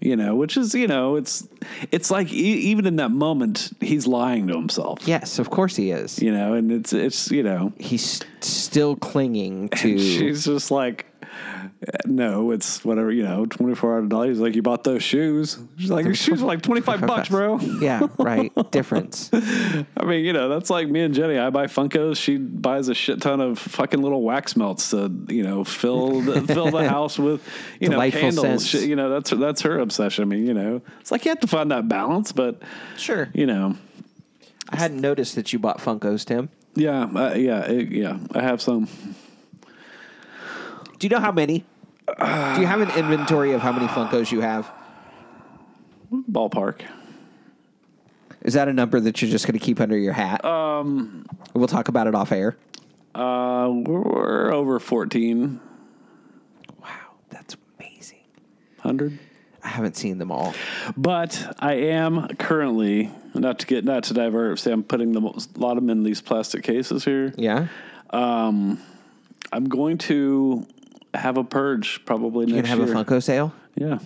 Speaker 2: you know. Which is, you know, it's it's like e- even in that moment, he's lying to himself,
Speaker 3: Yes. Of course he is.
Speaker 2: you know. And it's it's you know,
Speaker 3: He's still clinging to.
Speaker 2: she's just like, no, it's whatever, you know, twenty four hundred dollars. He's like, you bought those shoes. She's like, your shoes are like twenty five bucks, bro.
Speaker 3: Yeah. Right. Difference.
Speaker 2: I mean, you know, that's like me and Jenny. I buy Funkos. She buys a shit ton of fucking little wax melts to, you know, fill the, fill the house with, you know,
Speaker 3: Delightful
Speaker 2: candles.
Speaker 3: scents.
Speaker 2: She- you know, that's that's her obsession. I mean, you know, it's like you have to find that balance, but
Speaker 3: Sure.
Speaker 2: you know,
Speaker 3: I hadn't noticed that you bought Funkos, Tim.
Speaker 2: yeah, uh, yeah, it, yeah. I have some.
Speaker 3: Do you know how many? Do you have an inventory of how many Funkos you have?
Speaker 2: Ballpark.
Speaker 3: Is that a number that you're just going to keep under your hat? Um, we'll talk about it off air.
Speaker 2: Uh, we're, we're over fourteen
Speaker 3: Wow, that's amazing.
Speaker 2: hundred.
Speaker 3: I haven't seen them all.
Speaker 2: But I am currently not to get not to divert. Say I'm putting the most, a lot of them in these plastic cases here.
Speaker 3: Yeah,
Speaker 2: I'm going to have a purge probably
Speaker 3: you
Speaker 2: next
Speaker 3: can have
Speaker 2: year.
Speaker 3: a Funko sale.
Speaker 2: Yeah.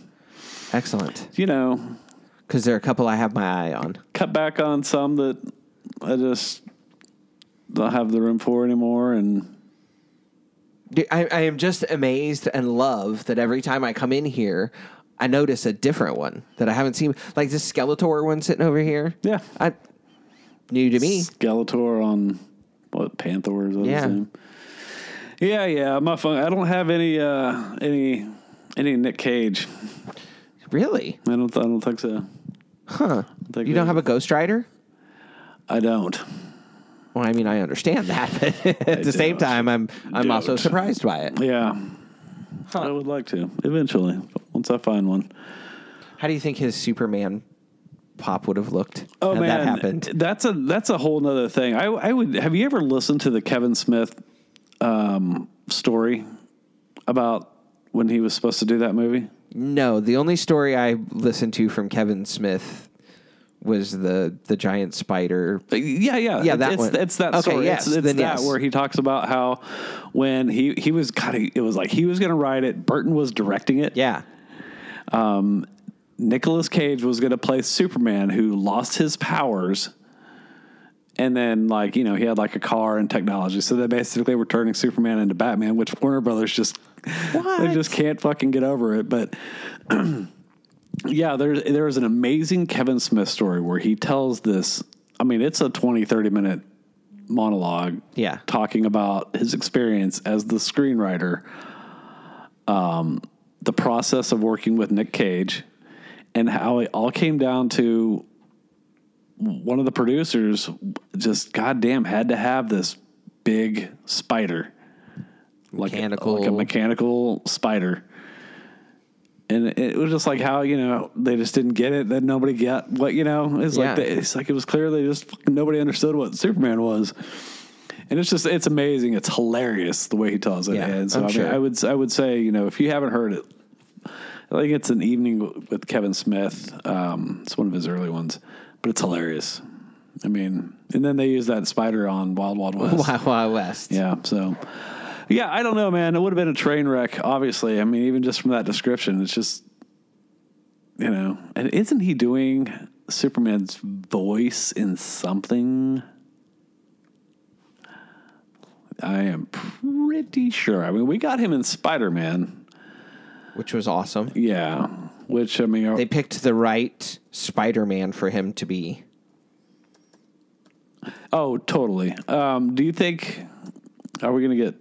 Speaker 3: Excellent,
Speaker 2: You know,
Speaker 3: because there are a couple I have my eye on.
Speaker 2: cut back on some that I just don't have the room for anymore. And
Speaker 3: Dude, I, I am just amazed and love that every time I come in here, I notice a different one that I haven't seen, like this Skeletor one sitting over here.
Speaker 2: yeah.
Speaker 3: I new to me.
Speaker 2: Skeletor on what Panther or something.
Speaker 3: Yeah.
Speaker 2: Yeah, yeah. My phone. I don't have any, uh, any, any Nick Cage.
Speaker 3: Really?
Speaker 2: I don't, I don't think so.
Speaker 3: Huh?
Speaker 2: think
Speaker 3: You
Speaker 2: there's-
Speaker 3: don't have a Ghost Rider?
Speaker 2: I don't.
Speaker 3: Well, I mean, I understand that, but at the same
Speaker 2: don't.
Speaker 3: time, I'm I'm also
Speaker 2: Don't.
Speaker 3: surprised by it.
Speaker 2: Yeah. I would like to eventually once I find one.
Speaker 3: How do you think his Superman pop would have looked
Speaker 2: Oh
Speaker 3: had
Speaker 2: man,
Speaker 3: that happened?
Speaker 2: That's a that's a whole nother thing. I I would have you ever listened to the Kevin Smith um, story about when he was supposed to do that movie?
Speaker 3: No, the only story I listened to from Kevin Smith was the the giant spider.
Speaker 2: Uh, Yeah, yeah,
Speaker 3: Yeah, that
Speaker 2: it's,
Speaker 3: one.
Speaker 2: It's that
Speaker 3: Okay,
Speaker 2: story.
Speaker 3: yes,
Speaker 2: it's, it's
Speaker 3: then
Speaker 2: that
Speaker 3: yes.
Speaker 2: where he talks about how when he he was kind of it was like he was going to write it. Burton was directing it.
Speaker 3: Yeah,
Speaker 2: Nicolas Cage was going to play Superman who lost his powers. And then, like, you know, he had like a car and technology. So they basically were turning Superman into Batman, which Warner Brothers just,
Speaker 3: What?
Speaker 2: they just can't fucking get over it. But yeah, there, there was an amazing Kevin Smith story where he tells this. I mean, it's a 20, 30 minute monologue.
Speaker 3: Yeah.
Speaker 2: Talking about his experience as the screenwriter um, the process of working with Nick Cage and how it all came down to one of the producers just goddamn had to have this big spider like
Speaker 3: Mechanical.
Speaker 2: like a mechanical spider and it was just like how you know they just didn't get it that nobody got what you know it's
Speaker 3: Yeah.
Speaker 2: like they, it's like it was clear they just fucking nobody understood what superman was and it's just it's amazing it's hilarious the way he tells it
Speaker 3: Yeah,
Speaker 2: and so
Speaker 3: I'm
Speaker 2: i mean
Speaker 3: sure.
Speaker 2: i would i would say you know if you haven't heard it I think it's an evening with Kevin Smith. Um, it's one of his early ones, but it's hilarious. I mean, and then they use that spider on Wild Wild West.
Speaker 3: Wild Wild West.
Speaker 2: Yeah, so yeah, I don't know, man. It would have been a train wreck, obviously. I mean, even just from that description, it's just you know. And isn't he doing Superman's voice in something? I am pretty sure. I mean, we got him in Spider Man.
Speaker 3: which was awesome.
Speaker 2: Yeah. Which I mean, are-
Speaker 3: They picked the right Spider Man for him to be.
Speaker 2: oh, totally. Um, do you think are we going to get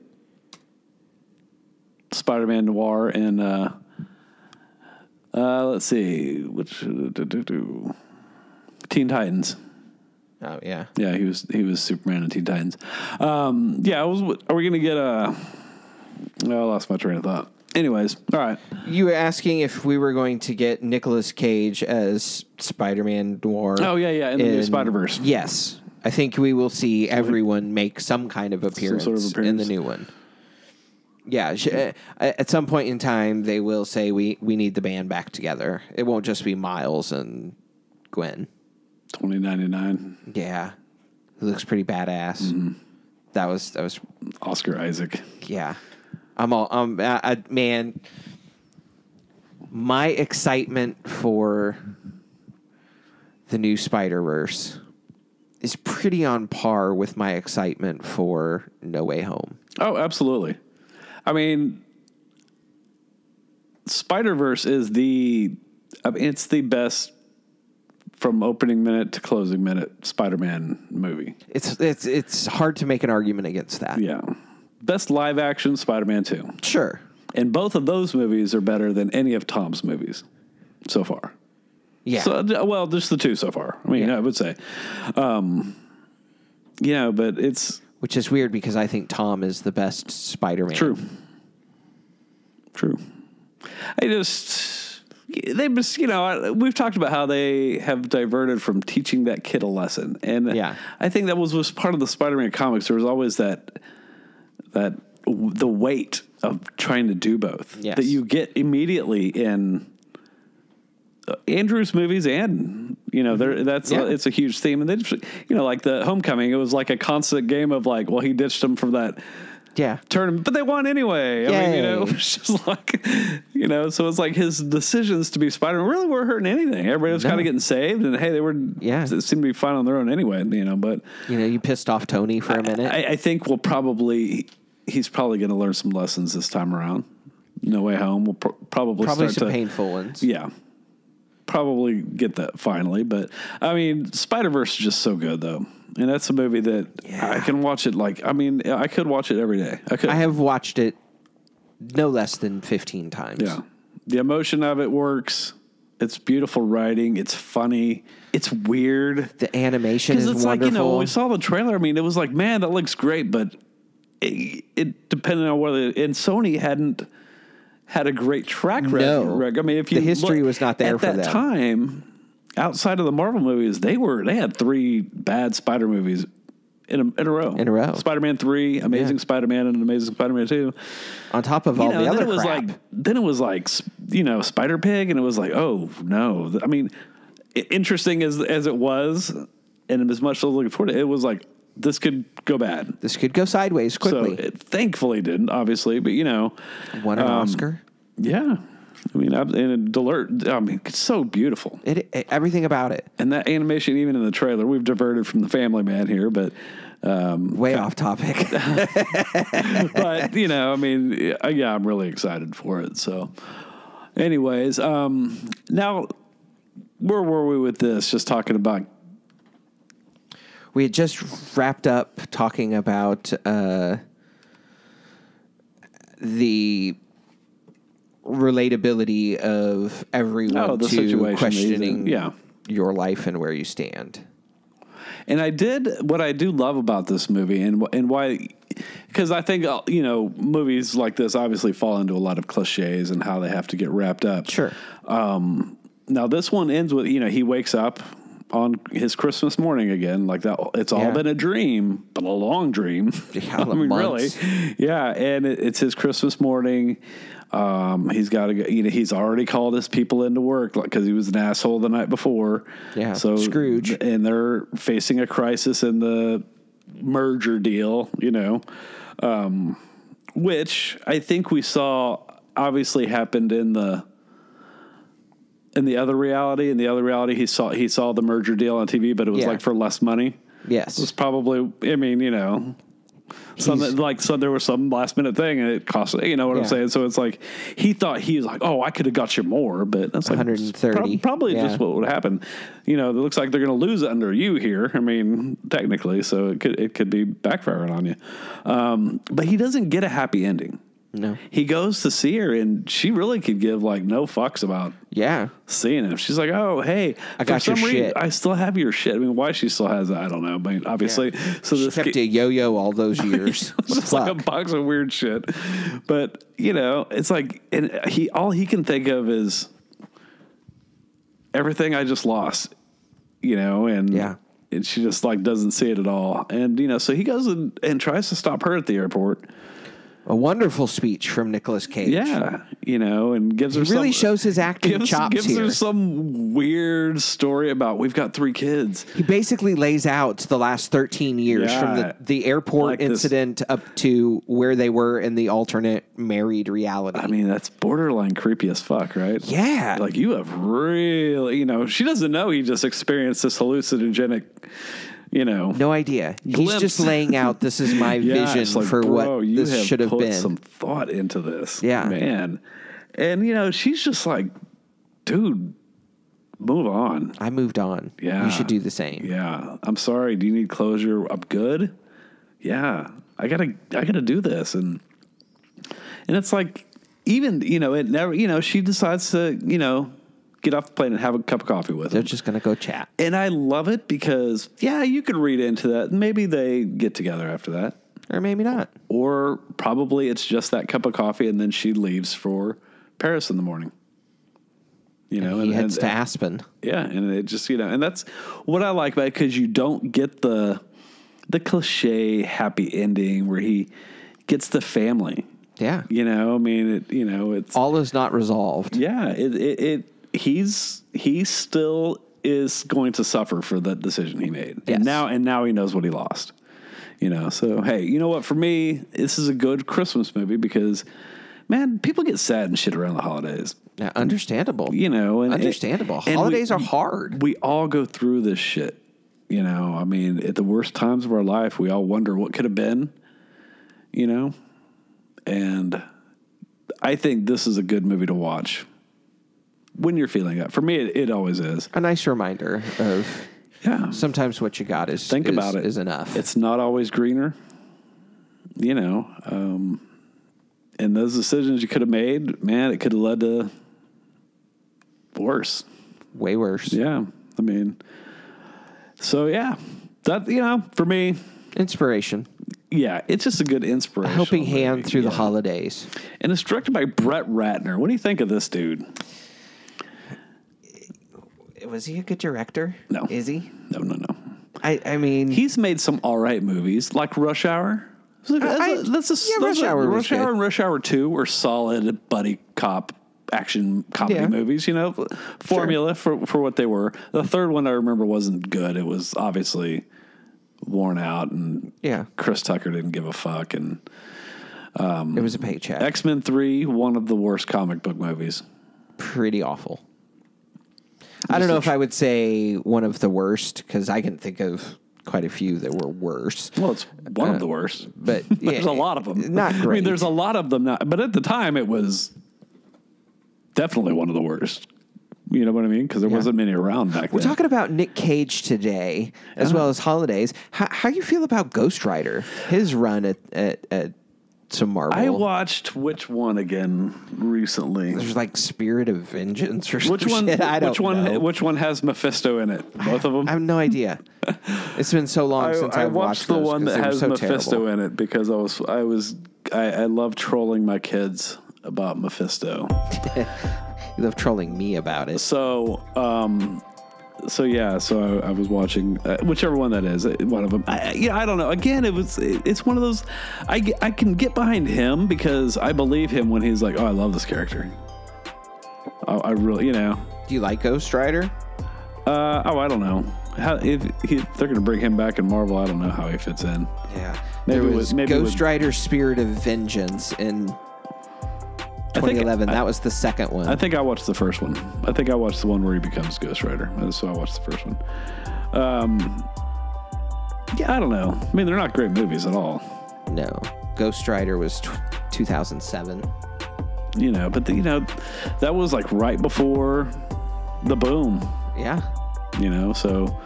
Speaker 2: Spider-Man Noir and uh, uh, let's see, which Teen Titans?
Speaker 3: Oh yeah,
Speaker 2: Yeah, he was he was Superman in Teen Titans. Um, yeah, I was, are we going to get a? oh, I lost my train of thought. Anyways, all right.
Speaker 3: you were asking if we were going to get Nicolas Cage as Spider Man Noir.
Speaker 2: Oh yeah, yeah, in the new
Speaker 3: in-
Speaker 2: Spider Verse.
Speaker 3: Yes, I think we will see everyone make some kind of appearance,
Speaker 2: sort of
Speaker 3: in the
Speaker 2: appearance.
Speaker 3: new one. Yeah, sh- uh, at some point in time, they will say we we need the band back together. It won't just be Miles and Gwen.
Speaker 2: Twenty ninety nine.
Speaker 3: Yeah, he looks pretty badass.
Speaker 2: Mm-hmm.
Speaker 3: That was that was
Speaker 2: Oscar Isaac.
Speaker 3: yeah. I'm all um I, I, man. My excitement for the new Spider Verse is pretty on par with my excitement for No Way Home.
Speaker 2: Oh, absolutely. I mean, Spider Verse is the, I mean, it's the best from opening minute to closing minute Spider Man movie.
Speaker 3: It's it's it's hard to make an argument against that.
Speaker 2: Yeah, best live action Spider Man two,
Speaker 3: Sure.
Speaker 2: and both of those movies are better than any of Tom's movies so far.
Speaker 3: Yeah.
Speaker 2: So uh, well, just the two so far. I mean,
Speaker 3: Yeah.
Speaker 2: I would say, um, you know, but it's
Speaker 3: Which is weird because I think Tom is the best Spider Man.
Speaker 2: True. True. I just they just you know I- we've talked about how they have diverted from teaching that kid a lesson, and
Speaker 3: Yeah.
Speaker 2: I think that was was part of the Spider-Man comics. There was always that that w- the weight of trying to do both
Speaker 3: Yes.
Speaker 2: that you get immediately in. uh, Andrew's movies and you know there that's
Speaker 3: Yeah.
Speaker 2: a, it's a huge theme and they just you know like the homecoming it was like a constant game of like well he ditched him from that
Speaker 3: Yeah.
Speaker 2: tournament, but they won anyway. I mean, you know,
Speaker 3: Yay.
Speaker 2: it's just like, you know, so it's like his decisions to be Spider Man really weren't hurting anything. Everybody was
Speaker 3: No.
Speaker 2: kind of getting saved, and hey, they were,
Speaker 3: Yeah.
Speaker 2: it seemed to be fine on their own anyway, you know, but
Speaker 3: You know, you pissed off Tony for a minute.
Speaker 2: I, I think we'll probably, he's probably going to learn some lessons this time around. No Way Home will pr- probably,
Speaker 3: Probably
Speaker 2: start
Speaker 3: some
Speaker 2: to,
Speaker 3: painful ones.
Speaker 2: yeah. Probably get that finally, but I mean, Spider Verse is just so good though, and that's a movie that I can watch it like I mean, I could watch it every day. I could.
Speaker 3: I have watched it no less than fifteen times.
Speaker 2: Yeah. The emotion of it works. It's beautiful writing. It's funny. It's weird.
Speaker 3: The animation is
Speaker 2: Because it's like,
Speaker 3: wonderful.
Speaker 2: you know, when we saw the trailer, I mean, it was like, man, that looks great, but it, it depended on whether, and Sony hadn't had a great track record.
Speaker 3: No.
Speaker 2: I mean, if you
Speaker 3: The history
Speaker 2: look
Speaker 3: was not there
Speaker 2: at
Speaker 3: for
Speaker 2: that
Speaker 3: them.
Speaker 2: time. Outside of the Marvel movies, they were they had three bad Spider movies in a, in a row.
Speaker 3: In a row.
Speaker 2: Spider Man three, Amazing
Speaker 3: Yeah.
Speaker 2: Spider Man, and Amazing Spider Man two.
Speaker 3: on top of all
Speaker 2: You know,
Speaker 3: the
Speaker 2: then
Speaker 3: other
Speaker 2: it was
Speaker 3: crap.
Speaker 2: like then it was like you know Spider Pig, and it was like oh no, I mean. interesting as as it was, and as much as I was looking forward to it, it was like this could go bad.
Speaker 3: This could go sideways quickly.
Speaker 2: So it thankfully didn't, obviously, but you know,
Speaker 3: Won an
Speaker 2: um,
Speaker 3: Oscar.
Speaker 2: Yeah, I mean, I, and Delert. I mean, it's so beautiful,
Speaker 3: It, it- everything about it.
Speaker 2: and that animation, even in the trailer, we've diverted from the Family Man here, but
Speaker 3: Way off topic.
Speaker 2: but you know, I mean, uh, yeah, I'm really excited for it. So, anyways, um, now where were we with this? Just talking about
Speaker 3: we had just wrapped up talking about uh, the relatability of everyone
Speaker 2: Oh, the
Speaker 3: to
Speaker 2: situation,
Speaker 3: questioning
Speaker 2: these, uh, yeah.
Speaker 3: your life and where you stand.
Speaker 2: And I did what I do love about this movie, and wh- and why, because I think uh, you know movies like this obviously fall into a lot of cliches and how they have to get wrapped up.
Speaker 3: Sure.
Speaker 2: Now this one ends with you know he wakes up on his Christmas morning again, like that. It's all
Speaker 3: Yeah.
Speaker 2: been a dream, but a long dream.
Speaker 3: Yeah,
Speaker 2: I mean,
Speaker 3: months.
Speaker 2: really, yeah. And it, it's his Christmas morning. Um, he's got to go. You know, he's already called his people into work because he was an asshole the night before.
Speaker 3: Yeah,
Speaker 2: so
Speaker 3: Scrooge.
Speaker 2: and they're facing a crisis in the merger deal. You know, um, which I think we saw obviously happened in the in the other reality. In the other reality, he saw he saw the merger deal on TV, but it was
Speaker 3: Yeah.
Speaker 2: like for less money. It was
Speaker 3: Yes.
Speaker 2: probably. I mean, you know, something like so there was some last minute thing and it cost. You know what
Speaker 3: Yeah.
Speaker 2: I'm saying? So it's like he thought he was like, oh, I could have got you more, but that's like
Speaker 3: 130.
Speaker 2: prob- probably
Speaker 3: Yeah.
Speaker 2: just what would happen. You know, it looks like they're going to lose under you here. I mean, technically, so it could it could be backfiring on you. Um, but he doesn't get a happy ending.
Speaker 3: No.
Speaker 2: He goes to see her, and she really could give like no fucks about
Speaker 3: Yeah.
Speaker 2: seeing him. She's like, "Oh, hey,
Speaker 3: I got your shit.
Speaker 2: I still have your shit." I mean, why she still has it, I don't know. But obviously, so
Speaker 3: She
Speaker 2: this
Speaker 3: kept
Speaker 2: ki-
Speaker 3: a yo-yo all those years.
Speaker 2: it's just
Speaker 3: Fuck.
Speaker 2: like a box of weird shit. But you know, it's like, and he all he can think of is everything I just lost. You know, and
Speaker 3: Yeah.
Speaker 2: and she just like doesn't see it at all. And you know, so he goes and, and tries to stop her at the airport.
Speaker 3: A wonderful speech from Nicolas Cage.
Speaker 2: Yeah, you know, and gives her
Speaker 3: Really
Speaker 2: some,
Speaker 3: shows his acting
Speaker 2: gives,
Speaker 3: chops
Speaker 2: gives
Speaker 3: here.
Speaker 2: her some weird story about we've got three kids.
Speaker 3: He basically lays out the last 13 years
Speaker 2: Yeah.
Speaker 3: from the, the airport
Speaker 2: Like this-
Speaker 3: incident up to where they were in the alternate married reality.
Speaker 2: I mean, that's borderline creepy as fuck, right?
Speaker 3: Yeah.
Speaker 2: Like you have really, you know, she doesn't know he just experienced this hallucinogenic, you know.
Speaker 3: no idea. He's
Speaker 2: Glimpse.
Speaker 3: just laying out this is my
Speaker 2: Yeah, it's
Speaker 3: vision
Speaker 2: like,
Speaker 3: for
Speaker 2: bro,
Speaker 3: what
Speaker 2: you
Speaker 3: this should have
Speaker 2: put
Speaker 3: been.
Speaker 2: Some thought into this,
Speaker 3: Yeah.
Speaker 2: man. And you know, she's just like, dude, move on.
Speaker 3: I moved on.
Speaker 2: Yeah,
Speaker 3: You should do the same.
Speaker 2: Yeah, I'm sorry. Do you need closure? I'm good. Yeah, I gotta, I gotta do this, and and it's like even you know it never you know she decides to you know get off the plane and have a cup of coffee with
Speaker 3: They're
Speaker 2: him,
Speaker 3: just going to go chat.
Speaker 2: and I love it because yeah, you could read into that. Maybe they get together after that,
Speaker 3: Or maybe not.
Speaker 2: or probably it's just that cup of coffee, and then she leaves for Paris in the morning. You know,
Speaker 3: He heads to Aspen.
Speaker 2: yeah, and it just you know, and that's what I like about it because you don't get the the cliche happy ending where he gets the family.
Speaker 3: Yeah.
Speaker 2: You know, I mean, it. You know, it's
Speaker 3: All is not resolved.
Speaker 2: yeah, it, it, it he's he still is going to suffer for the decision he made.
Speaker 3: Yes.
Speaker 2: And now and now he knows what he lost. You know, so hey, you know what? For me, this is a good Christmas movie because man, people get sad and shit around the holidays.
Speaker 3: Now, understandable.
Speaker 2: You know, and
Speaker 3: understandable.
Speaker 2: and we-
Speaker 3: Holidays are hard.
Speaker 2: we all go through this shit. You know, I mean, at the worst times of our life, we all wonder what could have been, you know? And I think this is a good movie to watch when you're feeling that. For me, it, it always is.
Speaker 3: A nice reminder of
Speaker 2: Yeah.
Speaker 3: sometimes what you got is
Speaker 2: Think
Speaker 3: is-
Speaker 2: about it.
Speaker 3: is enough.
Speaker 2: It's not always greener, you know? Um, and those decisions you could have made, man, it could have led to worse.
Speaker 3: way worse.
Speaker 2: Yeah. I mean, so yeah, that, you know, for me,
Speaker 3: Inspiration.
Speaker 2: yeah, it's just a good inspiration.
Speaker 3: Helping hand through the holidays.
Speaker 2: And it's directed by Brett Ratner. What do you think of this dude?
Speaker 3: Was he a good director?
Speaker 2: No.
Speaker 3: Is he?
Speaker 2: No, no, no.
Speaker 3: I, I mean,
Speaker 2: He's made some all right movies like Rush Hour. That's a-
Speaker 3: I-
Speaker 2: that's a-
Speaker 3: yeah,
Speaker 2: that's
Speaker 3: Rush
Speaker 2: a-
Speaker 3: Hour was
Speaker 2: Rush Hour
Speaker 3: good.
Speaker 2: and Rush Hour 2 were solid buddy cop action comedy
Speaker 3: Yeah.
Speaker 2: movies, you know, formula for, for what they were. The third one I remember wasn't good. It was obviously worn out, and
Speaker 3: Yeah.
Speaker 2: Chris Tucker didn't give a fuck. And
Speaker 3: It was a paycheck.
Speaker 2: X Men 3, one of the worst comic book movies.
Speaker 3: pretty awful. I don't know if I would say one of the worst because I can think of quite a few that were worse.
Speaker 2: Well, it's one of the worst.
Speaker 3: But
Speaker 2: there's a lot of them.
Speaker 3: Uh, Not
Speaker 2: I
Speaker 3: great.
Speaker 2: mean, there's a lot of them now, but at the time it was definitely one of the worst. You know what I mean? Because there wasn't many around back
Speaker 3: We're
Speaker 2: then.
Speaker 3: talking about Nick Cage today,
Speaker 2: Uh-huh.
Speaker 3: as well as holidays. How how you feel about Ghost Rider? His run at at, at some Marvel.
Speaker 2: I watched which one again recently?
Speaker 3: There's like Spirit of Vengeance or
Speaker 2: Which
Speaker 3: some
Speaker 2: one?
Speaker 3: shit. I don't
Speaker 2: which one?
Speaker 3: know.
Speaker 2: Which one has Mephisto in it? Both of them.
Speaker 3: I have no idea. It's been so long since I've watched,
Speaker 2: the
Speaker 3: those
Speaker 2: one that
Speaker 3: 'cause they were
Speaker 2: has
Speaker 3: so
Speaker 2: Mephisto
Speaker 3: terrible.
Speaker 2: in it because I was I was I, I love trolling my kids about Mephisto.
Speaker 3: You love trolling me about it.
Speaker 2: So, um, so yeah, so I, I was watching uh, whichever one that is, uh, one of them. I, I- yeah, I don't know. Again, it was it- it's one of those. I get- I can get behind him because I believe him when he's like, oh, I love this character. I, I really, you know,
Speaker 3: Do you like Ghost Rider?
Speaker 2: uh, oh, I don't know. How, if, he they're gonna bring him back in Marvel, I don't know how he fits in.
Speaker 3: Yeah.
Speaker 2: Maybe
Speaker 3: there
Speaker 2: it
Speaker 3: was
Speaker 2: would- maybe it
Speaker 3: Ghost
Speaker 2: would-
Speaker 3: Rider Spirit of Vengeance in
Speaker 2: I think-
Speaker 3: 2011. that was the second one.
Speaker 2: I think I watched the first one. I think I watched the one where he becomes Ghost Rider. So I watched the first one. Um, yeah, I don't know. I mean, they're not great movies at all.
Speaker 3: no. Ghost Rider was tw 2007.
Speaker 2: you know but the, you know that was like right before the boom
Speaker 3: Yeah.
Speaker 2: you know so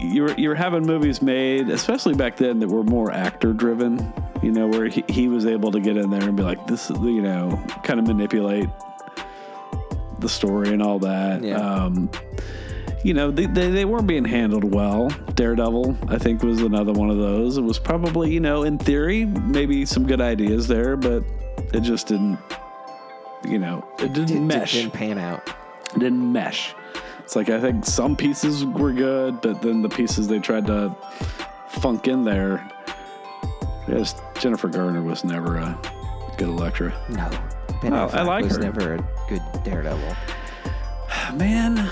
Speaker 2: you're you're having movies made especially back then that were more actor driven you know where he, he was able to get in there and be like this is the- you know kind of manipulate the story and all that
Speaker 3: Yeah.
Speaker 2: um you know they, they, they weren't being handled well daredevil i think was another one of those it was probably you know in theory maybe some good ideas there but it just didn't you know it didn't
Speaker 3: Didn't-
Speaker 2: mesh
Speaker 3: Didn't pan out.
Speaker 2: didn't mesh. It's like I think some pieces were good, but then the pieces they tried to funk in there. Yes, Jennifer Garner was never a good Electra.
Speaker 3: No. Ben
Speaker 2: Oh, I
Speaker 3: Affleck
Speaker 2: like
Speaker 3: was
Speaker 2: her.
Speaker 3: never a good Daredevil.
Speaker 2: Man,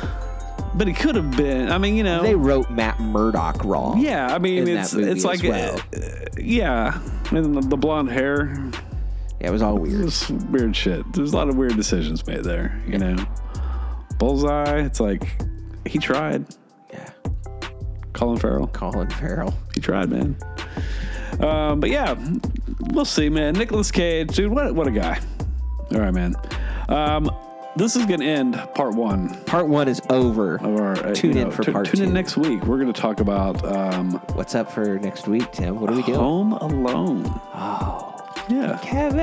Speaker 2: but he could have been. I mean, you know,
Speaker 3: They wrote Matt Murdock wrong.
Speaker 2: yeah. I mean,
Speaker 3: in
Speaker 2: it's
Speaker 3: that movie
Speaker 2: it's
Speaker 3: as
Speaker 2: like
Speaker 3: well.
Speaker 2: uh, yeah, and the, the blonde hair.
Speaker 3: Yeah, it was all weird.
Speaker 2: It's weird shit. There's a lot of weird decisions made there. You know, bullseye. It's like he tried.
Speaker 3: Yeah.
Speaker 2: Colin Farrell.
Speaker 3: Colin Farrell.
Speaker 2: He tried, man. Um, but yeah, we'll see, man. Nicholas Cage, dude, what what a guy. All right, man. Um, this is gonna end part one
Speaker 3: Part one is over.
Speaker 2: of our. uh,
Speaker 3: Tune
Speaker 2: you
Speaker 3: in
Speaker 2: know,
Speaker 3: for
Speaker 2: tu-
Speaker 3: part
Speaker 2: Tune in
Speaker 3: two.
Speaker 2: next week. We're gonna talk about um,
Speaker 3: What's up for next week, Tim? What are we doing?
Speaker 2: Home Alone.
Speaker 3: Oh.
Speaker 2: yeah,
Speaker 3: Kevin.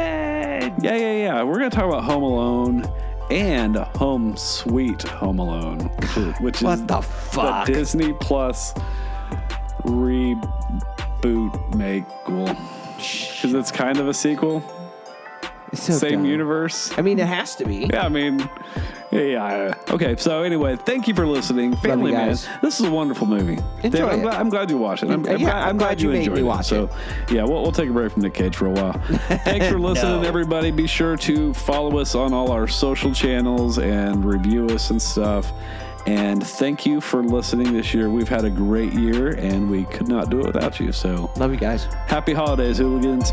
Speaker 2: yeah, yeah, yeah. We're gonna talk about Home Alone and Home Sweet Home Alone, which is, which is
Speaker 3: What the fuck?
Speaker 2: the Disney Plus reboot make because it's kind of a sequel.
Speaker 3: It's so
Speaker 2: same
Speaker 3: dumb.
Speaker 2: universe.
Speaker 3: I mean, it has to be.
Speaker 2: Yeah, I mean, yeah. Okay, so anyway, thank you for listening, Family Man.
Speaker 3: guys.
Speaker 2: This is a wonderful movie.
Speaker 3: Enjoy
Speaker 2: David, I'm,
Speaker 3: it.
Speaker 2: Glad, I'm glad you watched it. I'm,
Speaker 3: Yeah, I'm glad you made me
Speaker 2: enjoyed
Speaker 3: watch
Speaker 2: So, yeah, we'll, we'll take a break from Nick Cage for a while. Thanks for listening, everybody. Be sure to follow us on all our social channels and review us and stuff. And thank you for listening this year. We've had a great year, and we could not do it without you. So,
Speaker 3: Love you guys.
Speaker 2: happy holidays, hooligans.